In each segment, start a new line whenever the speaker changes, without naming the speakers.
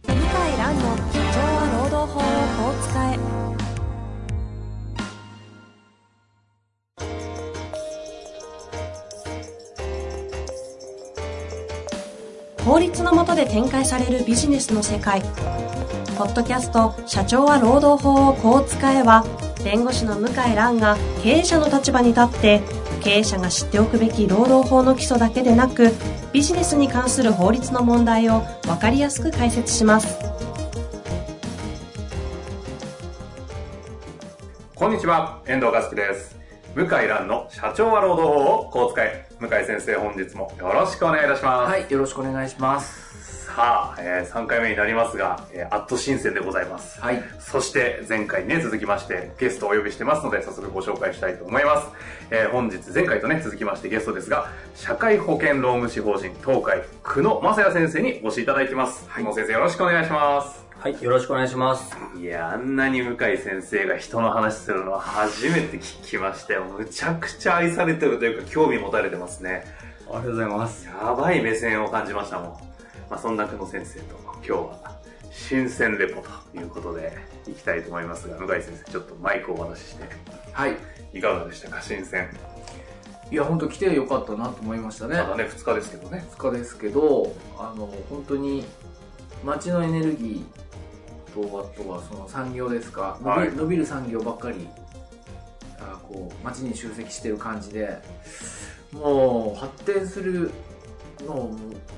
アンの昭和労働法をこう使え法律の下で展開されるビジネスの世界ポッドキャスト「社長は労働法をこう使えば」弁護士の向井蘭が経営者の立場に立って経営者が知っておくべき労働法の基礎だけでなくビジネスに関する法律の問題を分かりやすく解説します
こんにちは、遠藤和樹です。向井蘭の社長は労働法をこう使え。向井先生、本日もよろしくお願いいたします。
はい、よろしくお願いします。
さあ、え3回目になりますが、えーアット新鮮でございます。
はい、
そして、前回にね、続きまして、ゲストをお呼びしてますので、早速ご紹介したいと思います。えー本日、前回とね、続きましてゲストですが、社会保険労務士法人東海、久野正也先生にお越しいただいてます。久野先生、よろしくお願いします。
はい、よろしくお願いします。
いや、あんなに向井先生が人の話するのは初めて聞きましたよ。むちゃくちゃ愛されてるというか、興味持たれてますね。
ありがとうございます。
やばい目線を感じましたもん。まあ、そんな久野先生と今日は新鮮レポということでいきたいと思いますが、向井先生、ちょっとマイクをお渡しして、
はい、
いかがでしたか、新鮮。
いや、本当来てよかったなと思いましたね
ま。だね、2日ですけどね。
2日ですけど、あの、本当に街のエネルギーと、あとはその産業ですか、伸び,、
はい
伸びる産業ばっかり、あこう、街に集積してる感じで、もう発展するのも、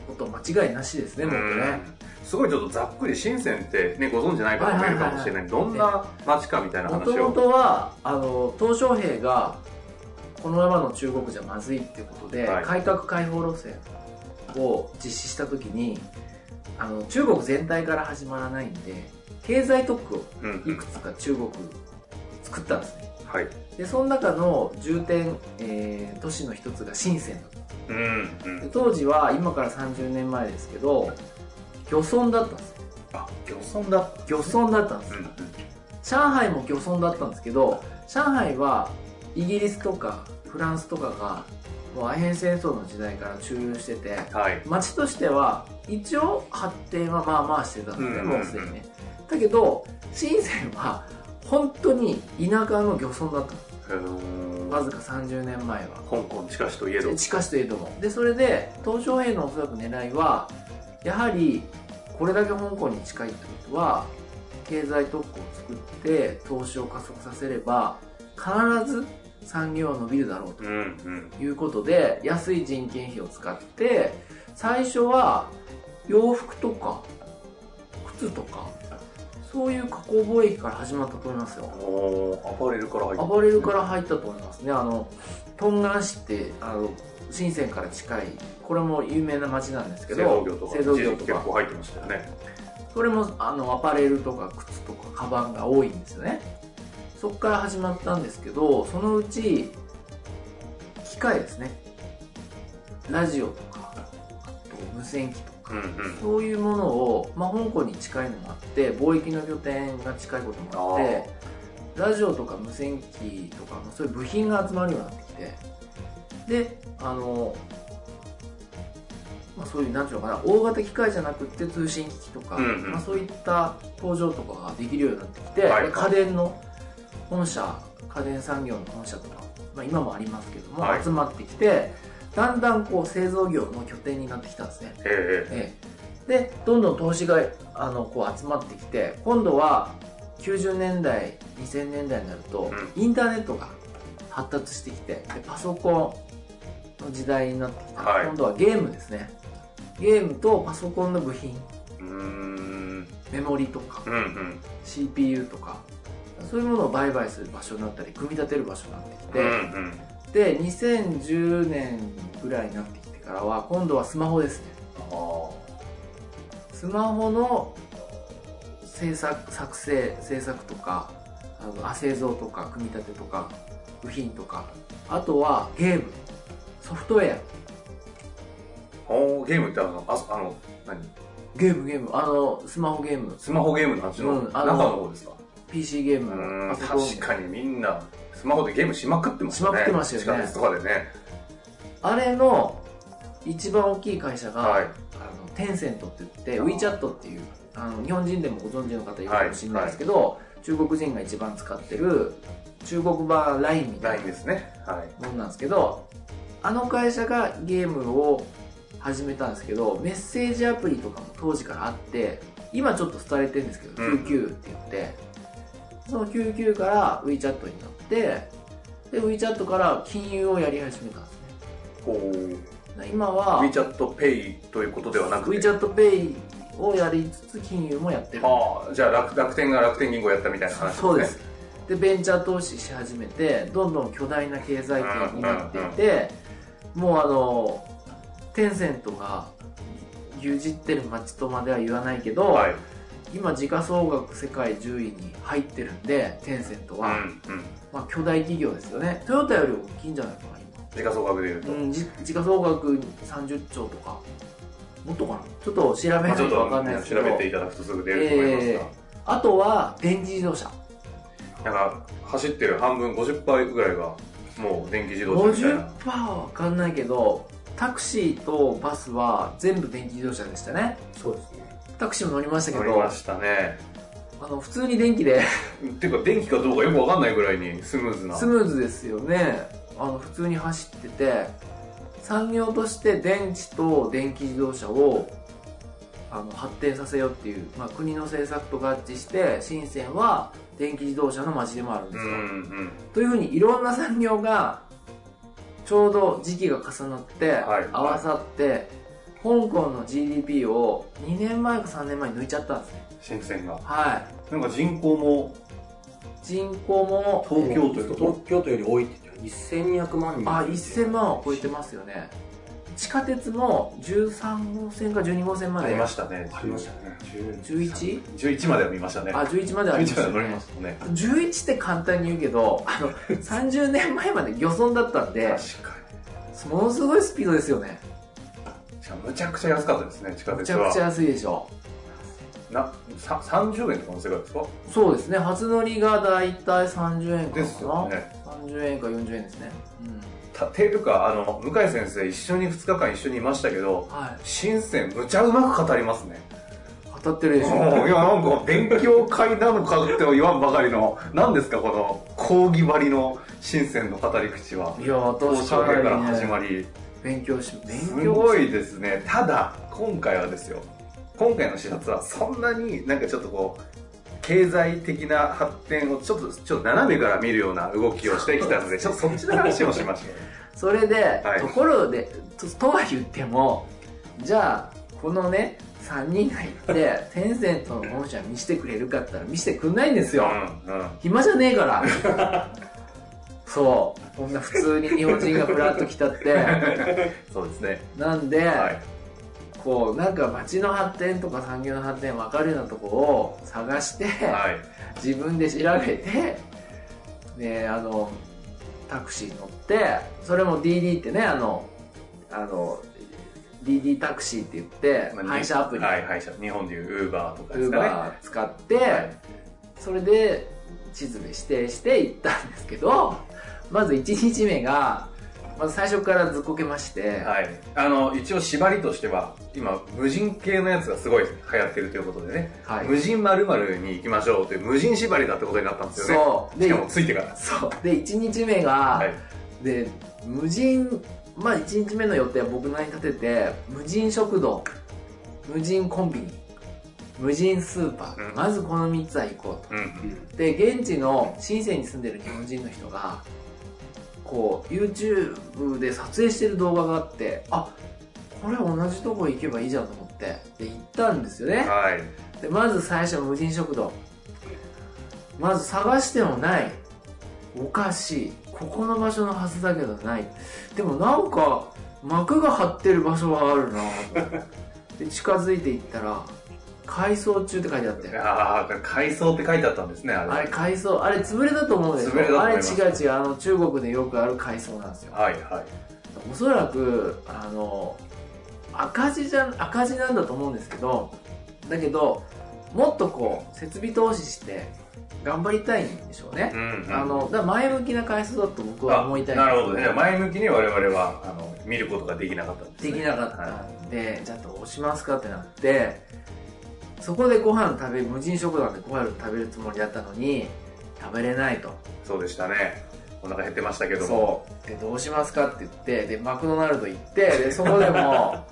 ことは間違いなしですね、もっとね。
すごいちょっとざっくり深センってねご存じない方もいるかもしれない,、どんな街かみたいな
も
話
と
を
もとはあの鄧小平がこのままの中国じゃまずいってことで、
はい
改革開放路線を実施した時にあの中国全体から始まらないんで経済特区を
うんう
い
ん
くつか中国作ったんですね
はい
でその中の重点、えー都市の一つが深センだった
うんうん
で当時は今から30年前ですけど漁村だったんですよ
あ、漁村だ。
漁村だったんで
う
す
んうん。
上海も漁村だったんですけど上海はイギリスとかフランスとかがもうアヘン戦争の時代から駐留してて
はい。
町としては一応発展はまあまあしてたんです
う
ね、
んうんうん
もうすでにねだけど深センは本当に田舎の漁村だったんですわずか30年前は
香港近しといえど。
地下しといえどもでそれで鄧小平のおそらく狙いはやはりこれだけ香港に近いってことは経済特区を作って投資を加速させれば必ず産業は伸びるだろう
うんうん。
ということで安い人件費を使って最初は洋服とか靴とかそういう加工貿易から始まったと思いますよ
おー、アパレルから入った。
暴れるから入ったと思いますねあのトンガン市ってあの深センから近いこれも有名な町なんですけ
製
ど
造業とか。
製造業と
一時期結
か
構入ってましたよね。
それもあのアパレルとか靴とかカバンが多いんですよねそこから始まったんですけどそのうち機械ですねラジオとかあと無線機と
う
か
んうん。
そういうものを、まあ、香港に近いのもあって貿易の拠点が近いこともあってラジオとか無線機とかまあそういう部品が集まるようになってきてであの、まあ、そういうなんていうのかな大型機械じゃなくって通信機器とか、
うんうん
まあ、そういった工場とかができるようになってきて、
はい
で家電の本社家電産業の本社とか、まあ、今もありますけども、
はい
集まってきてだんだんこう製造業の拠点になってきたんですね
え
ええ、でどんどん投資があのこう集まってきて今度は90年代2000年代になると、インターネットが発達してきてでパソコンの時代になってきた、
はい
今度はゲームですねゲームとパソコンの部品
えうーん。
メモリとか
うんうん。
CPU とかそういうものを売買する場所になったり組み立てる場所になってきて、
うんうん。
で2010年ぐらいになってきてからは今度はスマホですね
あー
スマホの制作作成制作とかあのあ製造とか組み立てとか部品とかあとはゲームソフトウェア
おー、ゲームってあの、ああの、何
ゲームゲームあのスマホゲーム
スマホゲームの話の
うんあ
中
の
の方ですか
PC ゲー
う
ム
ーん、
パソコン
確かにみんな、スマホでゲームしまくってますよね。
しまくってましたよね
地下鉄とかでね。
あれの一番大きい会社が、
はい
あのテンセントって言って WeChat っていうあの日本人でもご存知の方いるかもしれないですけど、中国人が一番使ってる中国版 LINE みた
ラ
い
インですね。はい。
なもんなんですけどあの会社がゲームを始めたんですけどメッセージアプリとかも当時からあって今ちょっと廃れてるんですけど
うん
99って言って、その99から WeChat になってで WeChat から金融をやり始めたんですね
こう、
だから今は
WeChat Pay ということではなくて、
WeChat Pay をやりつつ金融もやってる
ああ、じゃあ楽楽天が楽天銀行やったみたいな話ですね。
そうです。でベンチャー投資し始めてどんどん巨大な経済圏になっていて、もうあのテンセントが牛耳ってる街とまでは言わないけど、
はい。
今時価総額世界10位に入ってるんでテンセント
う
は、
んうん。
まあ、巨大企業ですよねトヨタより大きいんじゃないかな
時価総額で言うと。
今、うん、じ時価総額30兆とかもっとかなちょっと調べな
ま
い
あ、ちょ
と
っと
分かんないですけど、
調べていただくとすぐ出ると思いますが、
あとは電気自動車
なんか走ってる半分50%ぐらいがもう電気自動車みたいな
50%は分かんないけどタクシーとバスは全部電気自動車でしたね
そうですね。
タクシーも乗りましたけ
乗り
ど
ましたね
あの普通に電気で
っていうか電気かどうかよくわかんないぐらいにスムーズな
スムーズですよねあの普通に走ってて産業として電池と電気自動車をあの発展させようっていう、まあ、国の政策と合致して深センは電気自動車の街でもあるんで
う
す
ん
よ、
うん
というふうにいろんな産業がちょうど時期が重なって、
はい
合わさって香港の GDP を2年前か3年前に抜いちゃったんですね
新鮮が
はい
なんか人口も
人口も
東京都より
東京都より多いって言ってる1200万人。
あ1000万を超えてますよね地下鉄も13号線か12号線ま
あ
で
りましたね
ありましたね。
11
11までは見ましたね
あ11までありまし
11ま
た
で乗り
ね
ましたね
11って簡単に言うけどあの30年前まで漁村だったんで
確か
ものすごいスピードですよね
にしかもむちゃくちゃ安かったですね地下
め
鉄
ちゃくちゃ
は
安いでしょ
なさ30円とかの世界ですか
そうですね初乗りがだいたい30円かな
ですよね
30円か40円ですね、
たていうかあの向井先生一緒に2日間一緒にいましたけど
うん、は
新鮮むちゃうまく語りますね
い当たってるでしょ
もういやなんか勉強会なのかって言わんばかりの何ですかこの講義張りの深センの語り口はい
や
東
私
証
か
系から
なり
始
ね
まり
勉強し勉
す
強
ごいですねただ今回はですよ今回の視察はそんなになんかちょっとこう経済的な発展をちょっとちょっと斜めから見るような動きをしてきたのでちょっとそっちの話をしまし ょう
それで、
はい
ところでととは言ってもじゃあこのね3人が行って テンセントの本社見せてくれるかって言ったら見せてくんないんですよ、
うんうん
暇じゃねえから そうこんな普通に日本人がふらっと来たって
そうですね
なんで、
はい
こうなんか街の発展とか産業の発展分かるようなとこを探して、
はい
自分で調べてねあのタクシー乗ってそれも DD ってねあのあの DD タクシーって言って
まあ
配車アプリ、
はい配車日本でいう Uber とかですかね
Uber 使って、
はい
それで地図で指定して行ったんですけどまず1日目がまず最初からずっこけまして、
はい、あの一応縛りとしては今無人系のやつがすごい流行ってるということでね、
はい
無人まるに行きましょうという無人縛りだってことになったんですよね
そう
し
で
かもついてから
そうで1日目が、
はい
で無人まあ1日目の予定は僕なりに立てて無人食堂無人コンビニ無人スーパー、
うん
まずこの3つは行こう
うん
うん
とで現地の深センに住んでる日本人の人がこう YouTube で撮影してる動画があってあこれ同じとこ行けばいいじゃんと思ってで行ったんですよね
はい
でまず最初無人食堂まず探してもないおかしいここの場所のはずだけどないでもなんか膜が張ってる場所はあるな で近づいていったら「改装中」って書いてあって
ああ改装って書いてあったんですねあれ
あれ改装あれ潰れだと思うでし
潰れだと
ょあ
思い
れ違
ます
う違うあの中国でよくある改装なんですよ
はいはい
おそらくあの赤字じゃ赤字なんだと思うんですけどだけどもっとこう設備投資して頑張りたいんでしょうね
う、んうん
あのだから前向きな回数だと僕は
あ
思いたい
なるほどね前向きに我々はあの見ることができなかったんです、
で
ね、
きなかったんで、じゃあどうしますかってなってそこでご飯食べ無人食堂でご飯を食べるつもりだったのに食べれないと
そうでしたねお腹減ってましたけども
そうでどうしますかって言ってでマクドナルド行ってでそこ でも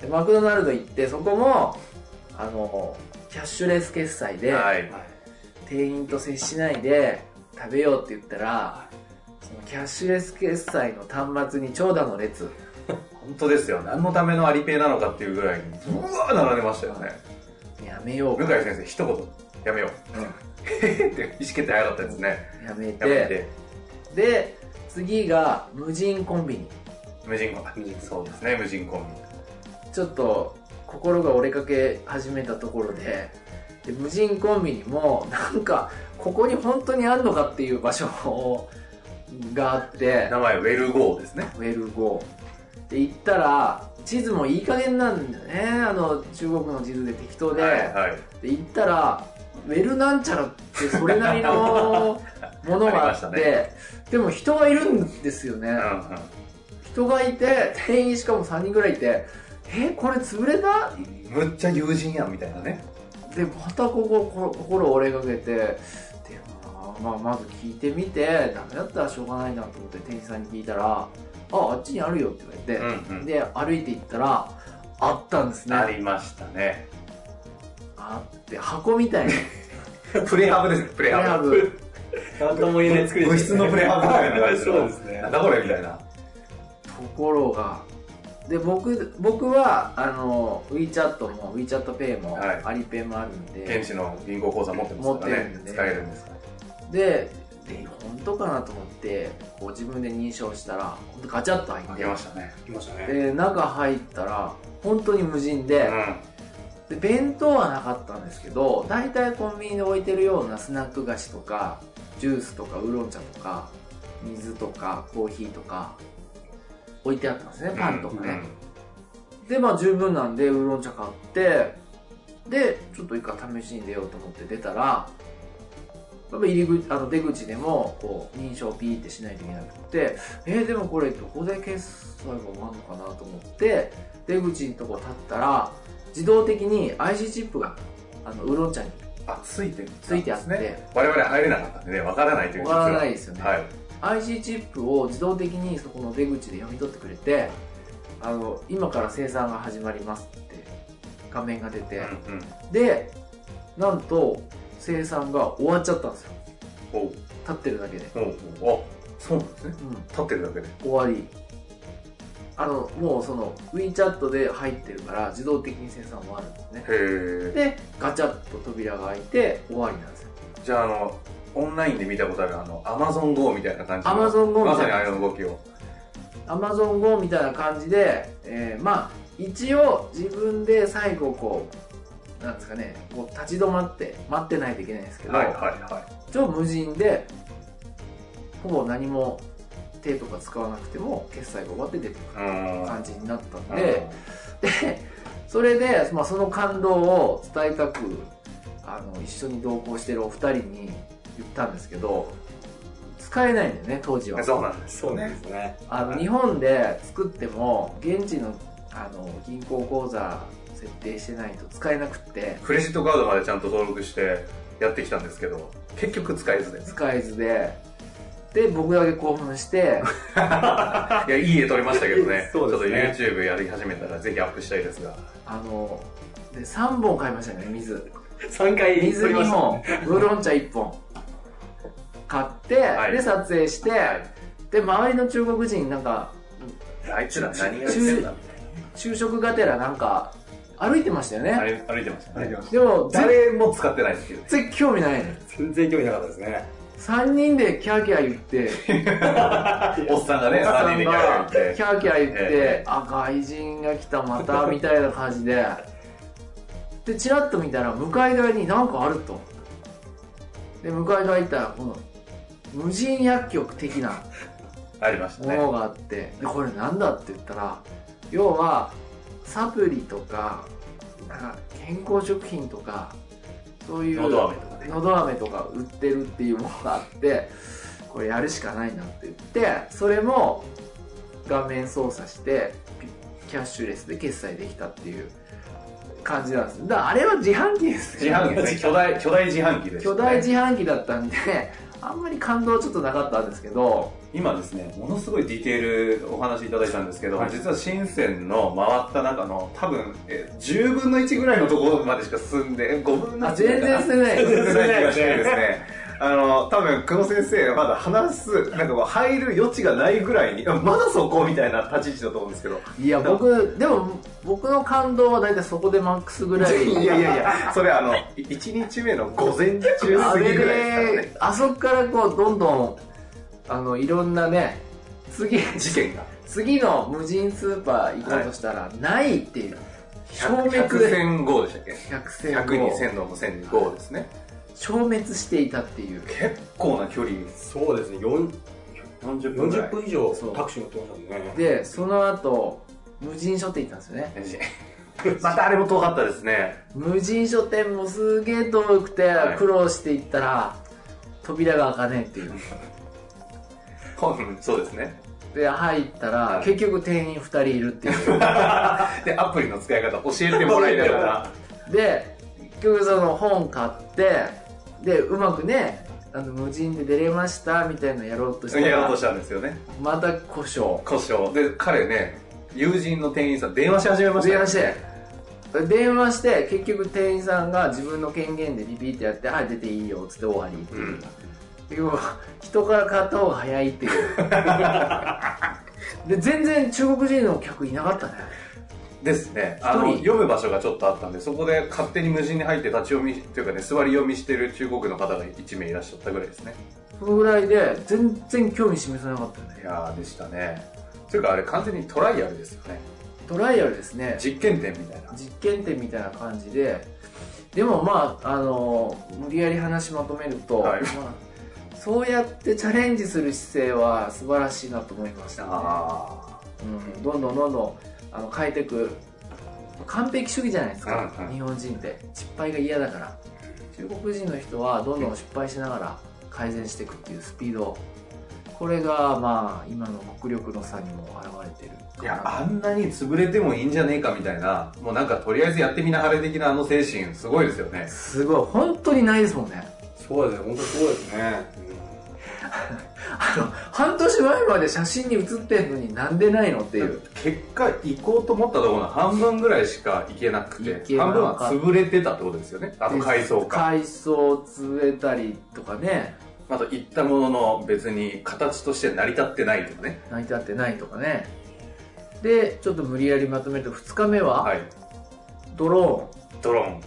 でマクドナルド行ってそこもあのキャッシュレス決済で、
はい
店員と接しないで食べようって言ったらそのキャッシュレス決済の端末に長蛇の列
本当ですよ何のためのアリペイなのかっていうぐらいにうわー並んでましたよね
やめよう
向井先生一言やめよう、へへ って意識って早かったですね
やめ
やめ
て
て
で次が無人コンビニ
無人コンビそうですね無人コンビ
ちょっと心が折れかけ始めたところでで無人コンビニもなんかここに本当にあんのかっていう場所をがあって
名前ウェルゴーですね
ウェルゴーで行ったら地図もいい加減なんだよねあの中国の地図で適当で、
はいはい
で行ったらウェルなんちゃらってそれなり のものがあって
ありま
でも人がいるんですよね、
うんうん
人がいて店員しかも3人ぐらいいてえこれ潰れた
むっちゃ友人やんみたいなね
でまたこここ心折れかけてでまあ、まあ、まず聞いてみてダメだったらしょうがないなと思って店員さんに聞いたら「ああっちにあるよ」って言われて、
ん
で歩いて行ったらあったんです
あ
ね
りましたね
あって箱みたいな
プレハブですねプレハ ブ
プレハ
なんとも言えない作り
物質のプレハブみたいな感じの
そうですね
なんだこれみたいな
ところがで僕僕はあの WeChat も WeChatPay も、
はい
アリペイもあるんで
現地の銀行口座持ってますから
持ってるん
ね
で
使えるんですか
でで本当かなと思ってこう自分で認証したらほんとガチャッと入
開
っ
け
て
ましたね
来ましたね
で中入ったら本当に無人
う
で,、
ん
で弁当はなかったんですけど大体コンビニで置いてるようなスナック菓子とかジュースとかウーロン茶とか水とかコーヒーとか置いてあったんですねパンとかね、でまあ十分なんでウーロン茶買ってでちょっと一回試しに出ようと思って出たらやっぱ入り口あの出口でもこう認証ピーってしないといけなくてえーでもこれどこで決済が終わるのかなと思って出口のとこ立ったら自動的に IC チップがあのウーロン茶に
あついてる
ついてあって
我々入れなかったんでねわからないという
終
実は
わらないですよね、
はい
IC チップを自動的にそこの出口で読み取ってくれてあの今から生産が始まりますって画面が出て、
うんうん
でなんと生産が終わっちゃったんですよ
おう
立ってるだけで、
おうおうあそうなんですね
う
立ってるだけで
ん、終わりあのもうその WeChat で入ってるから自動的に生産終わるんですね
へえ
でガチャッと扉が開いて終わりなんですよ
じゃああのオンラインで見たことあるあのアマゾン GO みたいな感じの
Amazon Go み
ま
た
さ
い
に
な
あれの動きを
AmazonGo みたいな感じで、えーまあ一応自分で最後こうなんですかねこう立ち止まって待ってないといけないんですけど、
はいはいはい
超無人でほぼ何も手とか使わなくても決済が終わって出てく
うー
る
ん
感じになったんで、でそれで、まあ、その感動を伝えたくあの一緒に同行してるお二人に言ったんですけど使えないんだよね当時
うん
は
そうなんです
そうですね
あの日本で作っても現地のあの銀行口座設定してないと使えなくって
クレジットカードまでちゃんと登録してやってきたんですけど結局使えずです
使えずでで僕だけ興奮して
いやいい絵撮りましたけど ね
そうですね
ちょっと YouTube やり始めたらぜひアップしたいですが
あので3本買いましたね水
3回
水
取りま
2
した
本ウーロン茶1本買って、
はい
で撮影して、
はい
で周りの中国人なんか
あいつら何が
中昼食がてらなんか歩いてましたよね
歩いてましたね
でも全
誰も使ってないですけど
然興味ない
全然興味なかったですね
3人でキャーキャー言って
おっさんが
お
ね
っさ
3人
ん
でギャ
が
ラ
キ
言
ャ
っ
ーキャー言って、
え
あ外人が来たまたみたいな感じででチラッと見たら向かい側に何かあるとで向かい側行ったらこの無人薬局的な
てありました
も
ね
のがあって、でこれなんだって言ったら要はサプリとかなんか健康食品とかそういう
喉飴とかね
のど飴とか売ってるっていうものがあってこれやるしかないなって言ってそれも画面操作してピキャッシュレスで決済できたっていう感じなんですだからあれは自販機です
自販機ですね。巨大、巨大自販機です、ね。
巨大自販機だったんであんまり感動はちょっとなかったんですけど
今ですね、ものすごいディテールお話いただいたんですけど、
はい
実は深センの回った中の多分、えー10分の1ぐらいのところまでしか進んで、5分の
あ
1
全然し てな
全
い
然進んでない気がしてですね。あの、多分、久野先生がまだ話す、なんかこう、入る余地がないぐらいに、まだそこみたいな立ち位置だと思うんですけど。
いや僕でも僕の感動は大体そこでマックスぐらい
いやいやいや、それあの、1日目の午前中過ぎぐら
あ
いで
れ
すからね
で、あそこからこう、どんどん、あの、いろんなね、次、
事件が。
次の無人スーパー行こうとしたら、ないっていう、消
100
滅で、
戦後でしたっけ
100戦を
?100 人、1000の1000、5ですね。
消滅していたっていう。
結構な距離
そうですね、4
40
40分以上
そう
タクシー乗ってましたもんね。
で、その後、無人書店行ったんですよね。
またあれも遠かったですね
無人書店もすげえ遠くて
はい、
苦労して行ったら、扉が開かねえっていう。
そうですね
で、入った
は
ら
い、
結局店員2人いるっていう。
でアプリの使い方教えてもらいなが ら
で結局その本買ってでうまくねあの無人で出れましたみたいなのやろうとした
やろうと
ら
したんですよね
また故障
故障で彼ね友人の店員さん電話し始めました
電話して電話して結局店員さんが自分の権限でリピートやって「はい出ていいよ」っつって終わりっていう、でも人から買った方が早いっていう で全然中国人の客いなかったね
ですねあの
一人
読む場所がちょっとあったんでそこで勝手に無人に入って立ち読みというかね座り読みしてる中国の方が1名いらっしゃったぐらいですね
そのぐらいで全然興味示さなかった
い
ね
やーでしたねというかあれ完全にトライアルですよね
トライアルですね
実験店みたいな
実験店みたいな感じででもまああの無理やり話まとめると、
はい
まあ そうやってチャレンジする姿勢は素晴らしいなと思いましたね、
あ
うん、どんどんどんどんあの変えていく完璧主義じゃないですか、
うんうん
日本人って失敗が嫌だから中国人の人はどんどん失敗しながら改善していくっていうスピードこれがまあ今の国力の差にも表れてる
いや、あんなに潰れてもいいんじゃねえかみたいな、もうなんかとりあえずやってみなはれ的なあの精神、すごいですよね。
すごい本当にないですもんね
そうですね、本当そうですね。
あの 半年前まで写真に写ってんのになんでないのっていう
結果、行こうと思ったところの半分ぐらいしか行けなく
行
て、
けな
半
か
分
っ
は
た
潰れてたってことですよね。あと改装か。
海藻を植えたりとかね
あと行ったものの別に形として成り立ってないとかね。
泣いてあってないとかねでちょっと無理やりまとめると2日目は、
はい。
ドローン
ドローン。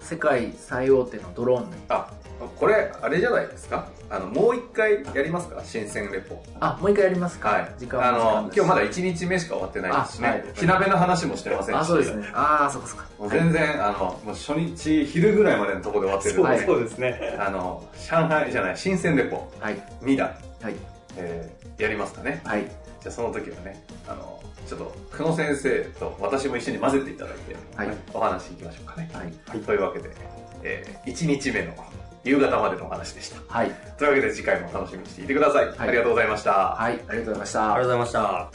世界最大手のドローン
あ、これ、あれじゃないですかあの、もう一回やりますか新鮮レポ。
あもう一回やりますか、
はい。
時間
あ
も時間
の
で、す
今日まだ1日目しか終わってないですし
あはい
ね。火鍋の話もしてませんし。
あそうですねああそっかそっか
もう全然、あの、もう初日昼ぐらいまでのところで終わってるんで、
はい
そうですね。
あの、上海じゃない、新鮮レポ
はい
2弾、
はい
えーやりますかね。
はい
じゃあその時はね、あの、ちょっと、久野先生と私も一緒に混ぜていただいて、
はい
お話いきましょうかね。
はい
というわけで、え1日目の夕方までのお話でした。
はい、
というわけで次回も楽しみにしていてください。
い
ありがとうございました。
はい、ありがとうございまし
あ
た
りがとうございました。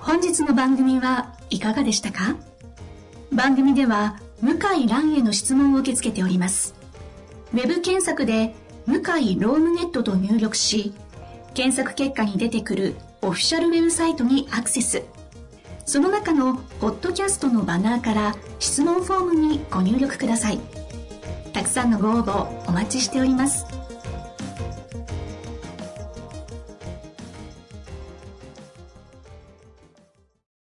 本日の番組はいかがでしたか番組では向井蘭への質問を受け付けておりますウェブ検索で「向井ロームネット」と入力し検索結果に出てくるオフィシャルウェブサイトにアクセスその中のポッドキャストのバナーから質問フォームにご入力くださいたくさんのご応募お待ちしております